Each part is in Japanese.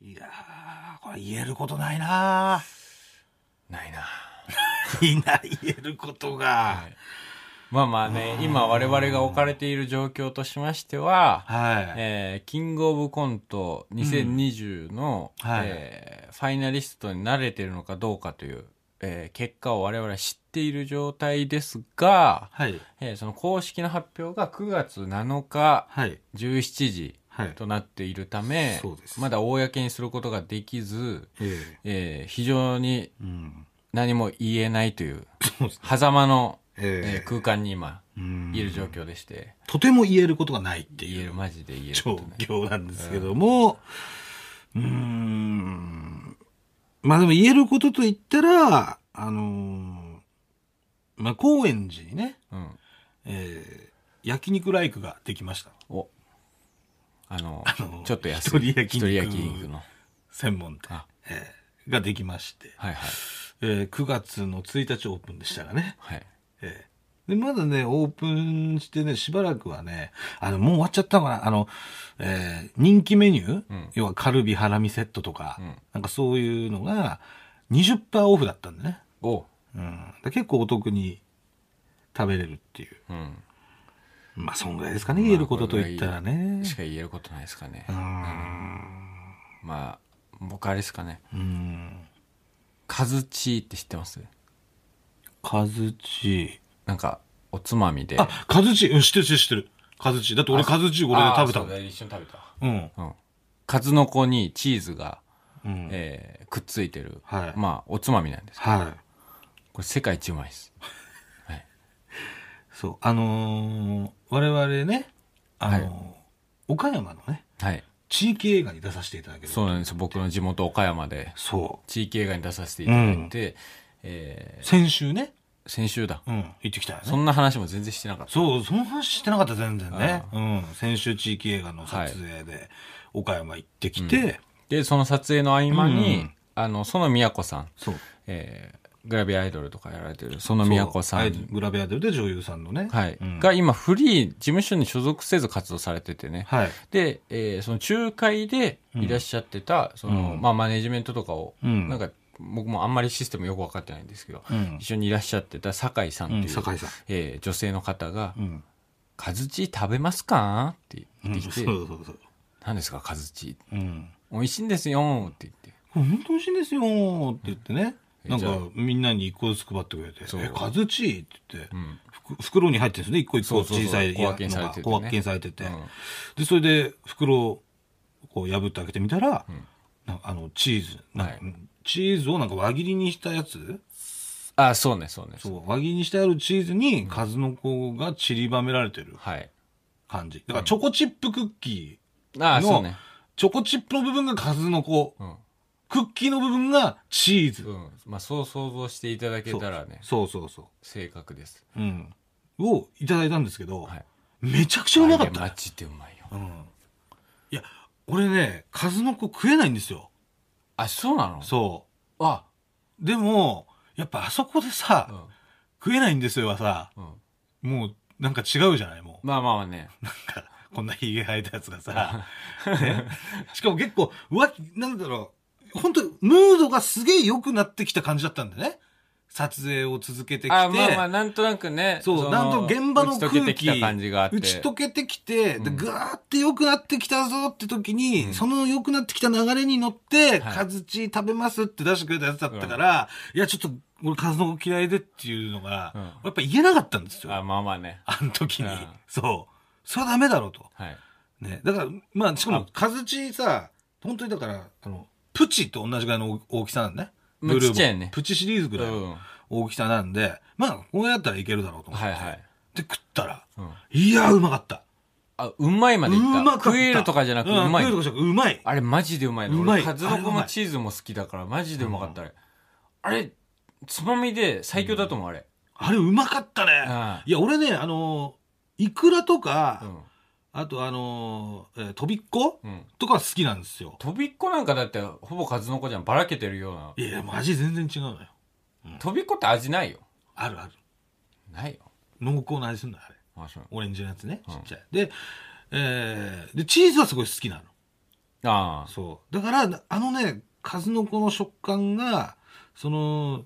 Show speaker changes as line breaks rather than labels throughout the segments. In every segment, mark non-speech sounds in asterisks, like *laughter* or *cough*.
いやーこれ言えることないな
ないな。
ーいいな言えることが
まあまあね、今我々が置かれている状況としましては、
はい、
えーキングオブコント2020の、
うんはい
えーファイナリストに慣れてるのかどうかという、えー結果を我々は知っている状態ですが、
はい
えーその公式の発表が9月7日
はい
17時
はい
となっているため、
そうです
まだ公にすることができず、
え
えー非常に
えうん
何も言えないという
そうですね
狭間の、えー
ええ
空間に今
うん
いる状況でして、
とても言えることがないって
言え
い
る
う
マジで言える
状
ことね
況なんですけども、うーん。まあでも言えることと言ったら、あのーまあ高円寺にね、
うん
えー焼肉ライクができました。
おあの
あの
ちょっと安
一人
い
焼肉
一人焼肉の
専門店
あ、
えーができまして、
はいはい
えー9月の1日オープンでしたがね、
はい
えーで、まだね、オープンしてね、しばらくはね、あの、もう終わっちゃったのかなあの、えー人気メニュー、
うん
要はカルビハラミセットとか、
うん
なんかそういうのが20%オフだったんでね。
お
うん。だから結構お得に食べれるっていう。
うん
まあ、そんぐらいですかね、言えることと言ったらね。
しか言えることないですかね
うーん。
まあ僕あれですかね
うん。
カズチーって知ってます
カズチ。
なんかおつまみで
あ、カズチ、うん、知ってる知ってる知ってる。カズチ。だって俺カズチこれで食べたもん
あそうだ一緒に食べた
うん。
うん数の子にチーズが、
うん。
えーくっついてる、
はい
まあおつまみなんです
はい。
これ世界一うまいです
そう、あのー我々ね、あのー岡山のね、
はい
地域映画に出させていただける。
そうなんです僕の地元岡山で
そ
地域映画に出させていただいて、え
う。先週ね、
ー先週だ、
うん、行ってきたよね。
そんな話も全然してなかった
そう、その話してなかった、全然ね。
う
うん。先週地域映画の撮影で、岡山行ってきて、
でその撮影の合間に、
うん
あの園美和子さん、
そう。
えーグラビアアイドルとかやられてる園美和子さ
そうんはいグラビアアイドルで女優さんのね。
はい
うん
が今フリー事務所に所属せず活動されててね、
はい。
で、えーその仲介でいらっしゃってた、その
うん
まあ、マネジメントとかを、
うん
なんか僕もあんまりシステムよく分かってないんですけど、
うん。
一緒にいらっしゃってた酒井さんって
う
い
ん、
う、
酒井さん。
えー女性の方が
うん。
「カズチー食べますか?」って
う
言って
ん
き
そう
て
そうそう。
「何ですかカズチー
うん。
美味しいんですよ」って言って
これ本当美味しいんですよーって言ってね、
うん
なん
じゃあ
かみんなに一個ずつ配ってくれて「
そう
えカズチー」って言って、
うん
ふく袋に入ってるんですね一個一個
そうそうそう
小さい
小分けにされててね
小分けにされてて、
うん
でそれで袋をこう破って開けてみたら、
ん
なんかあのチーズなんか
はい
チーズをなんか輪切りにしたやつ
あそうねそうね
そう輪切りにしてあるチーズに数の子が散りばめられてる
はい
感じだからチョコチップクッキ
あ
ー
あそ
の、
うね
チョコチップの部分が数の子
うん、
クッキーの部分がチーズ、
うん、まあそう想像していただけたらね
そうそうそう
正確です
うん、をいただいたんですけど、
はい
めちゃくちゃうまかっ
あれ
た、
マジでうまいよ
うん、いや俺ね数の子食えないんですよ
あそうなの
そ
あ
うでもやっぱあそこで
う
さ、
ん
食えないんですよはさ
うん
もうなんか違うじゃないもう
まあまあまあね
なんかこんなひげ生えたやつが
*laughs*
さ、ね、しかも結構浮気なんだろう本当ムードがすげえ良くなってきた感じだったんだね撮影を続けてきて
あまあまあなんとなくね
そう
の
なんと現場の空気
打ち解けてきた感じがあって
打ち解けてきて、で
うん
ぐわーって良くなってきたぞって時に、
うん
その良くなってきた流れに乗って、
はい
カズチー食べますって出してくれたやつだったから、いや、ちょっと、俺、カズの子嫌いでっていうのが、
うん
やっぱ言えなかったんですよ。
あ
あ
まあまあね
の時に。
うん
そう。それはダメだろうと。
はい
ね。だから、まあ、しかも、カズチーさ、本当にだから、あの、プチと同じぐらいの大きさなんだね。
まあ
ブルー
ちっちゃいね
プチシリーズぐ
う
らいの
んは
大きさなんで、まあ、こうやったらいけるだろうと
い
思って。
はい、
で、食ったら、
うん、
いやー、うまかった。
あうまいまでいった
うまかった。
食えるとかじゃなくうまい
ん食えるとかじゃなくうまい。
あれマジでうまいの。
うまい
俺、カズノコ
あれうま
も
い
チーズも好きだから、マジでうまかった、あれ。あれ、つまみで最強だと思う、あれ。
あれ、うまかったね。
あ
いや、俺ね、あのー、イクラと
あ
か、あとあのー、えーとびっこ
うん。うん。
とか好きなんですよ。。
飛びっこなんかだって、ほぼカズノコじゃん。ばらけてるようない
や、マジ全然違うのよ。
飛びっこって味ないよ。
あるある。
ないよ。
濃厚な味するんだよ、あれ。
あ、そう。
オレンジのやつね、
う
ち
ん
っちゃい。で、えー、で、チーズはすごい好きなの。
ああ
そう。だから、あのね、数の子の食感が、その、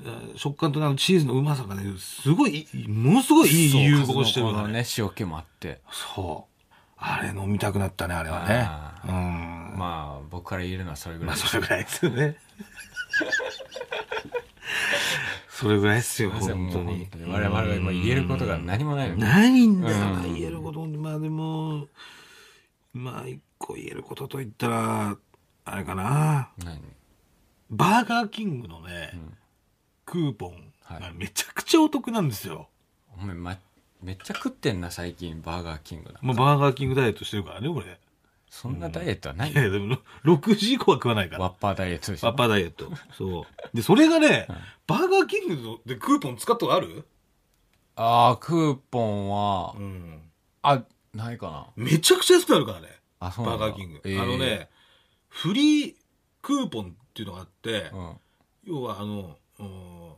えー食感とあのチーズのうまさがね、すごい、ものすごいいい融合してる
そ
の
う数の子の
ね。
ね塩気もあって
そう。あれ飲みたくなったね、あれはね
あ。
うん。ま
まあ僕から言えるのはそれぐら
あ、
いです、
それぐらいですよ
*laughs*
ね。それぐらいですよ、
すいません
本当
もう
に
本。当に我々は今言えることが何もないので
ないんだよな、
うん
言えることまあでもまあ一個言えることといったらあれかな
何
バーガーキングのね、
ん
クーポン
は
が
い
めちゃくちゃお得なんですよ、
お前、ま、めっちゃ食ってんな最近バーガーキングな
まあ、バーガーキングダイエットしてるからね俺い
そんなダイエットはな
*laughs*
い
やいやでも6時以降は食わないから
ワッパーダイエットでし
パ
ょ
パダイエットそうでそれがね、
うん
バーガーキングのでクーポン使ったことある、
ああクーポンは
ん、
あないかな
めちゃくちゃ安くなるからね
あそう
バ
な
ー
んだ
ガーキング、
えー
あのねフリークーポンっていうのがあって、
うん
要はあのうん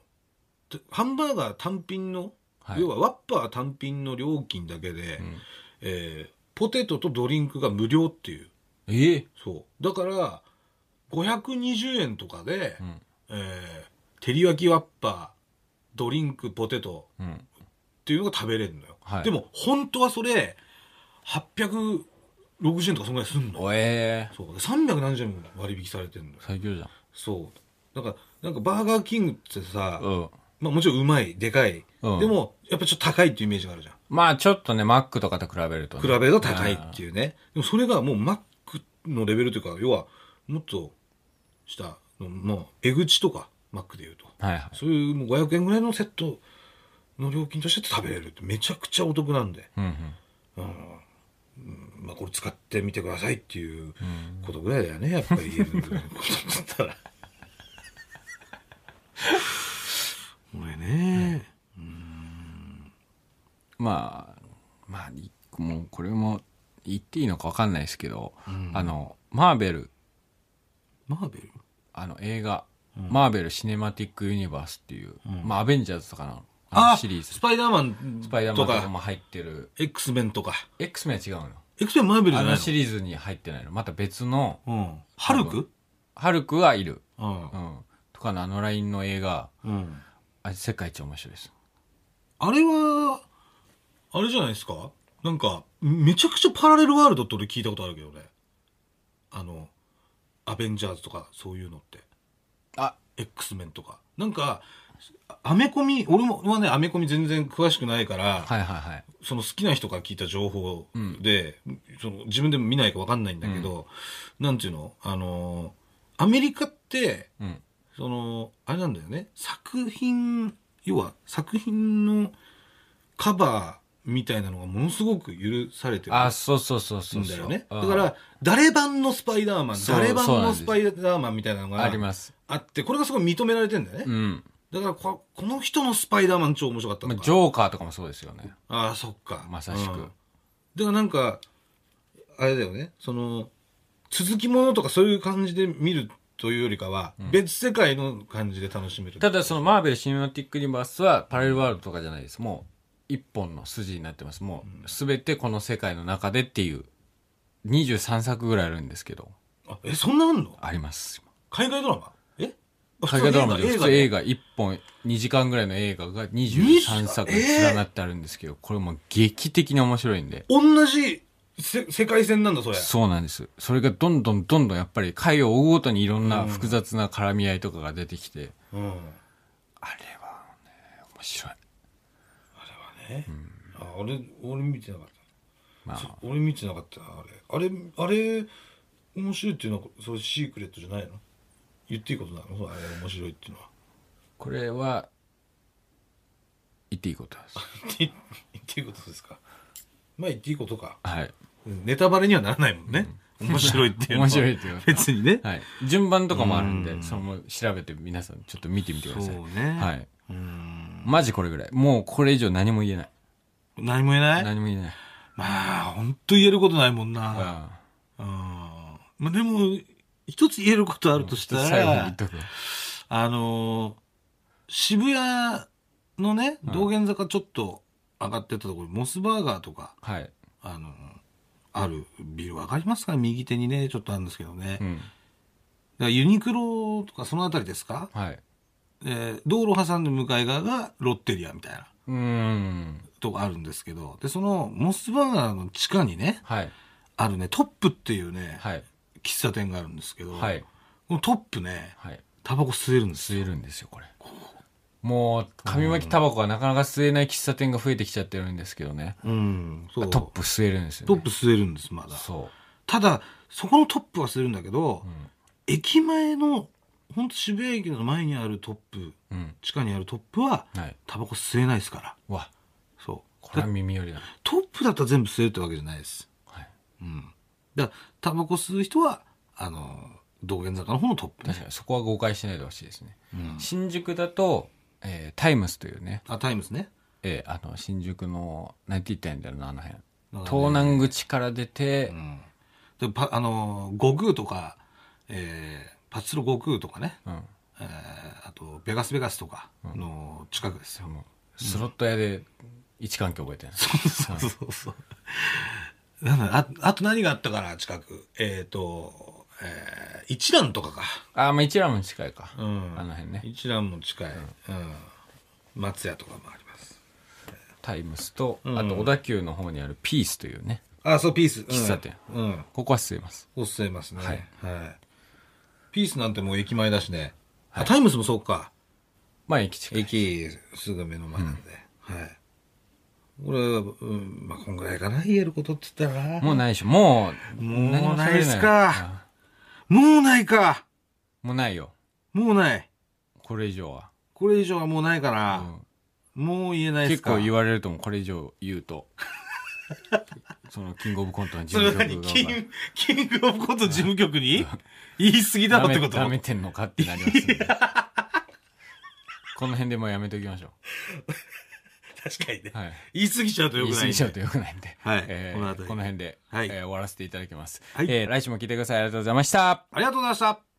てハンバーガー単品の、
はい
要はワッパー単品の料金だけで、
うん
えーポテトとドリンクが無料っていう
えー
そうだから520円とかで、
うん
えーてりやきワッパードリンクポテト
うん
っていうのが食べれるのよ、
はい
でも本当はそれ860円とかそんぐらいすんの
おえー
そう370円も割引されてるのよ
最強じゃん
そうなんかなんかバーガーキングってさ、
うん
まあもちろんうまい、でかい。
うん
でも、やっぱちょっと高いっていうイメージがあるじゃん。
まあちょっとねマックとかと比べるとね
比べると高いっていうね。でもそれがもうマックのレベルというか、要は、もっとした、もう、えぐちとか、マックで言うと。
はいはい
そういうもう500円ぐらいのセットの料金として食べれるって、めちゃくちゃお得なんで、
うんうん
うんうんまあこれ使ってみてくださいっていうことぐらいだよね、やっぱり言えることだったら。俺ね、
まあまあいもうこれも言っていいのか分かんないですけど、
うん
あのマーベル
マーベル
あの映画、マーベル・シネマティック・ユニバースっていう、
うん
まあ、アベンジャーズとかのあ
あ
のシリーズ
スパイダーマン
スパイダーマ
と
ンとか
か、
も入ってる
X メンとか。
X メンは違うの
X メンマーベルじ
あ
ゃない
の
の
シリーズに入ってないのまた別の
うん。ハルク
ハルクはいる、
うん
う。ん、とかのあのラインの映画
うん。
あれ世界一面白いです
あれは、あれじゃないですかなんか、めちゃくちゃパラレルワールドって俺聞いたことあるけどね。あの、アベンジャーズとかそういうのって。
あ
X メンとか。なんか、アメコミ、俺もはね、アメコミ全然詳しくないから、
はいはいはい
その好きな人から聞いた情報で、その自分でも見ないか分かんないんだけど、なんていうのあのーアメリカって、
うん
その、あれなんだよね。作品、要は作品のカバーみたいなのがものすごく許されてる
あそうそうそうそうんそ
だ
う
よね。
うん
だから、誰版のスパイダーマン、
そう
誰版
そうなん
の
です
スパイダーマンみたいなの
あり
が
ます
あって、これがすごい認められてんだよね。
うん、
だからこ、この人のスパイダーマン超面白かったと
ま
か。
あ、ジョーカーとかもそうですよね
ああそっか
まさしく
うんだからなんかあれだよねその続きものとかそういう感じで見るというよりかは、別世界の感じで楽しめる
ただそのマーベル・シネマティック・ユニバースはパラレルワールドとかじゃないですもう一本の筋になってますもう全てこの世界の中でっていう23作ぐらいあるんですけど
あえそんなあんの
あります
海外ドラマえあ
海外ドラマで
普
普
通
通
に映
映
画
画1本2時間ぐらいの映画が23作に連なってあるんですけどこれもう劇的に面白いんで
同じせ世界線なんだそれ
そうなんですそれがどんどんどんどんやっぱり回を追うごとにいろんな複雑な絡み合いとかが出てきて
う、ん、あ
あれはね面白い
れはね、あ俺俺見てなかった
ま
そ
あ
俺見てなかったなあれあれあれ面白いっていうのはそれシークレットじゃないの言っていいことなのそうあれ面白いっていうのは *laughs*
これは言っていいことです
って言っていいことですかまあ言っていいことか
はい。
ネタバレにはならないもんね、面白いっていうのは
面白いっていう。
別にね、
はい。順番とかもあるん
う
で、
ん
それも調べて皆さんちょっと見てみてください。
ね
はい。
うん
マジこれぐらい。もうこれ以上何も言えない。
何も言えない
何も言えない。
まあ本当言えることないもんな
あ
うんまあでも一つ言えることあるとした
最後に言
ら
っとくわ。
あのー渋谷のね
うん
道玄坂ちょっと上がってったところにモスバーガーとか
はい。
あのーあるビル、わかりますか右手にね、ちょっとあるんですけどね。だ
う
か
ん。
らユニクロとかそのあたりですか、
はい。
えー道路挟んで向かい側がロッテリアみたいな
うーん。
とこあるんですけど、で、そのモスバーガーの地下にね、
はい。
あるね、トップっていうね、
はい。
喫茶店があるんですけど、
はい。
このトップね、
はい。
タバコ吸えるんですよ。
吸えるんですよ、これ。もう、紙巻きタバコはなかなか吸えない喫茶店が増えてきちゃってるんですけどね。
うん、そう。
トップ吸えるんですよ、ね。
トップ吸えるんです、まだ。
そ
ただ、そこのトップは吸えるんだけど、
う。
駅前の、本当渋谷駅の前にあるトップ、
うん。うん。
地下にあるトップは、
はい。
タバコ吸えないですから。
うわ、
そう。
これは耳寄りだ。
トップだったら全部吸えるってわけじゃないです。
はい。
うん。だから、タバコ吸う人は、あの、道玄坂の方のトップね、
確かにそこは誤解しないでほしいですね。
うん
新宿だと、えータイムスというね、
あ、タイムスね。
えーあの、新宿の、なんて言ったらいいんだろうな、あの辺。
なんかね
東南口から出て、
うん。で、パあの、悟空とか、えー、パチスロ悟空とかね、
うん。
えーあと、ベガスベガスとかの近くですよ。
もうスロット屋で位置関係覚えてる、
*laughs* そうそうそう。なんだああと何があったかな、近く。えっ、と、えー一蘭とかか。
ああまあ一覧も近いか、
うん
あの辺ね
一蘭も近い。うん。松屋とかもあります。
タイムスと、
うん
あと小田急の方にあるピースというね
あ、そう、ピース。うん
喫茶店。
うん。
ここは吸えます
おっしゃいますね。
はい
はい。ピースなんてもう駅前だしね。あタイムスもそうか。
まあ駅近い
駅すぐ目の前なんで。はい。俺は、うん、まあ、こんぐらいかな、言えることって言ったらな。
もうないでしょもう
もう
何も喋れ
ないっすか
あ
もうないか。
ーもうないよ
もうない。
これ以上は、
これ以上はもうないか
う
な。
ん
もう言えないで
結
すか
構言われると思うこれ以上言
*laughs*
うとそのキングオブコントの事
それ
務
何
局
キ
が
ンキングオブコント事務局に言い過ぎだろ
な
って
め
こと
なめてんのかってなりますんでこの辺でもうやめときましょ
確かにね
う。。はい
言い過ぎちゃうとよくない、ね。
言い過ぎちゃうと良くないんで、
はい
えー
この辺り
この辺で、
はい
えー終わらせていただきます、
はい
えー来週も聞いてくださいありがとうございました
ありがとうございました。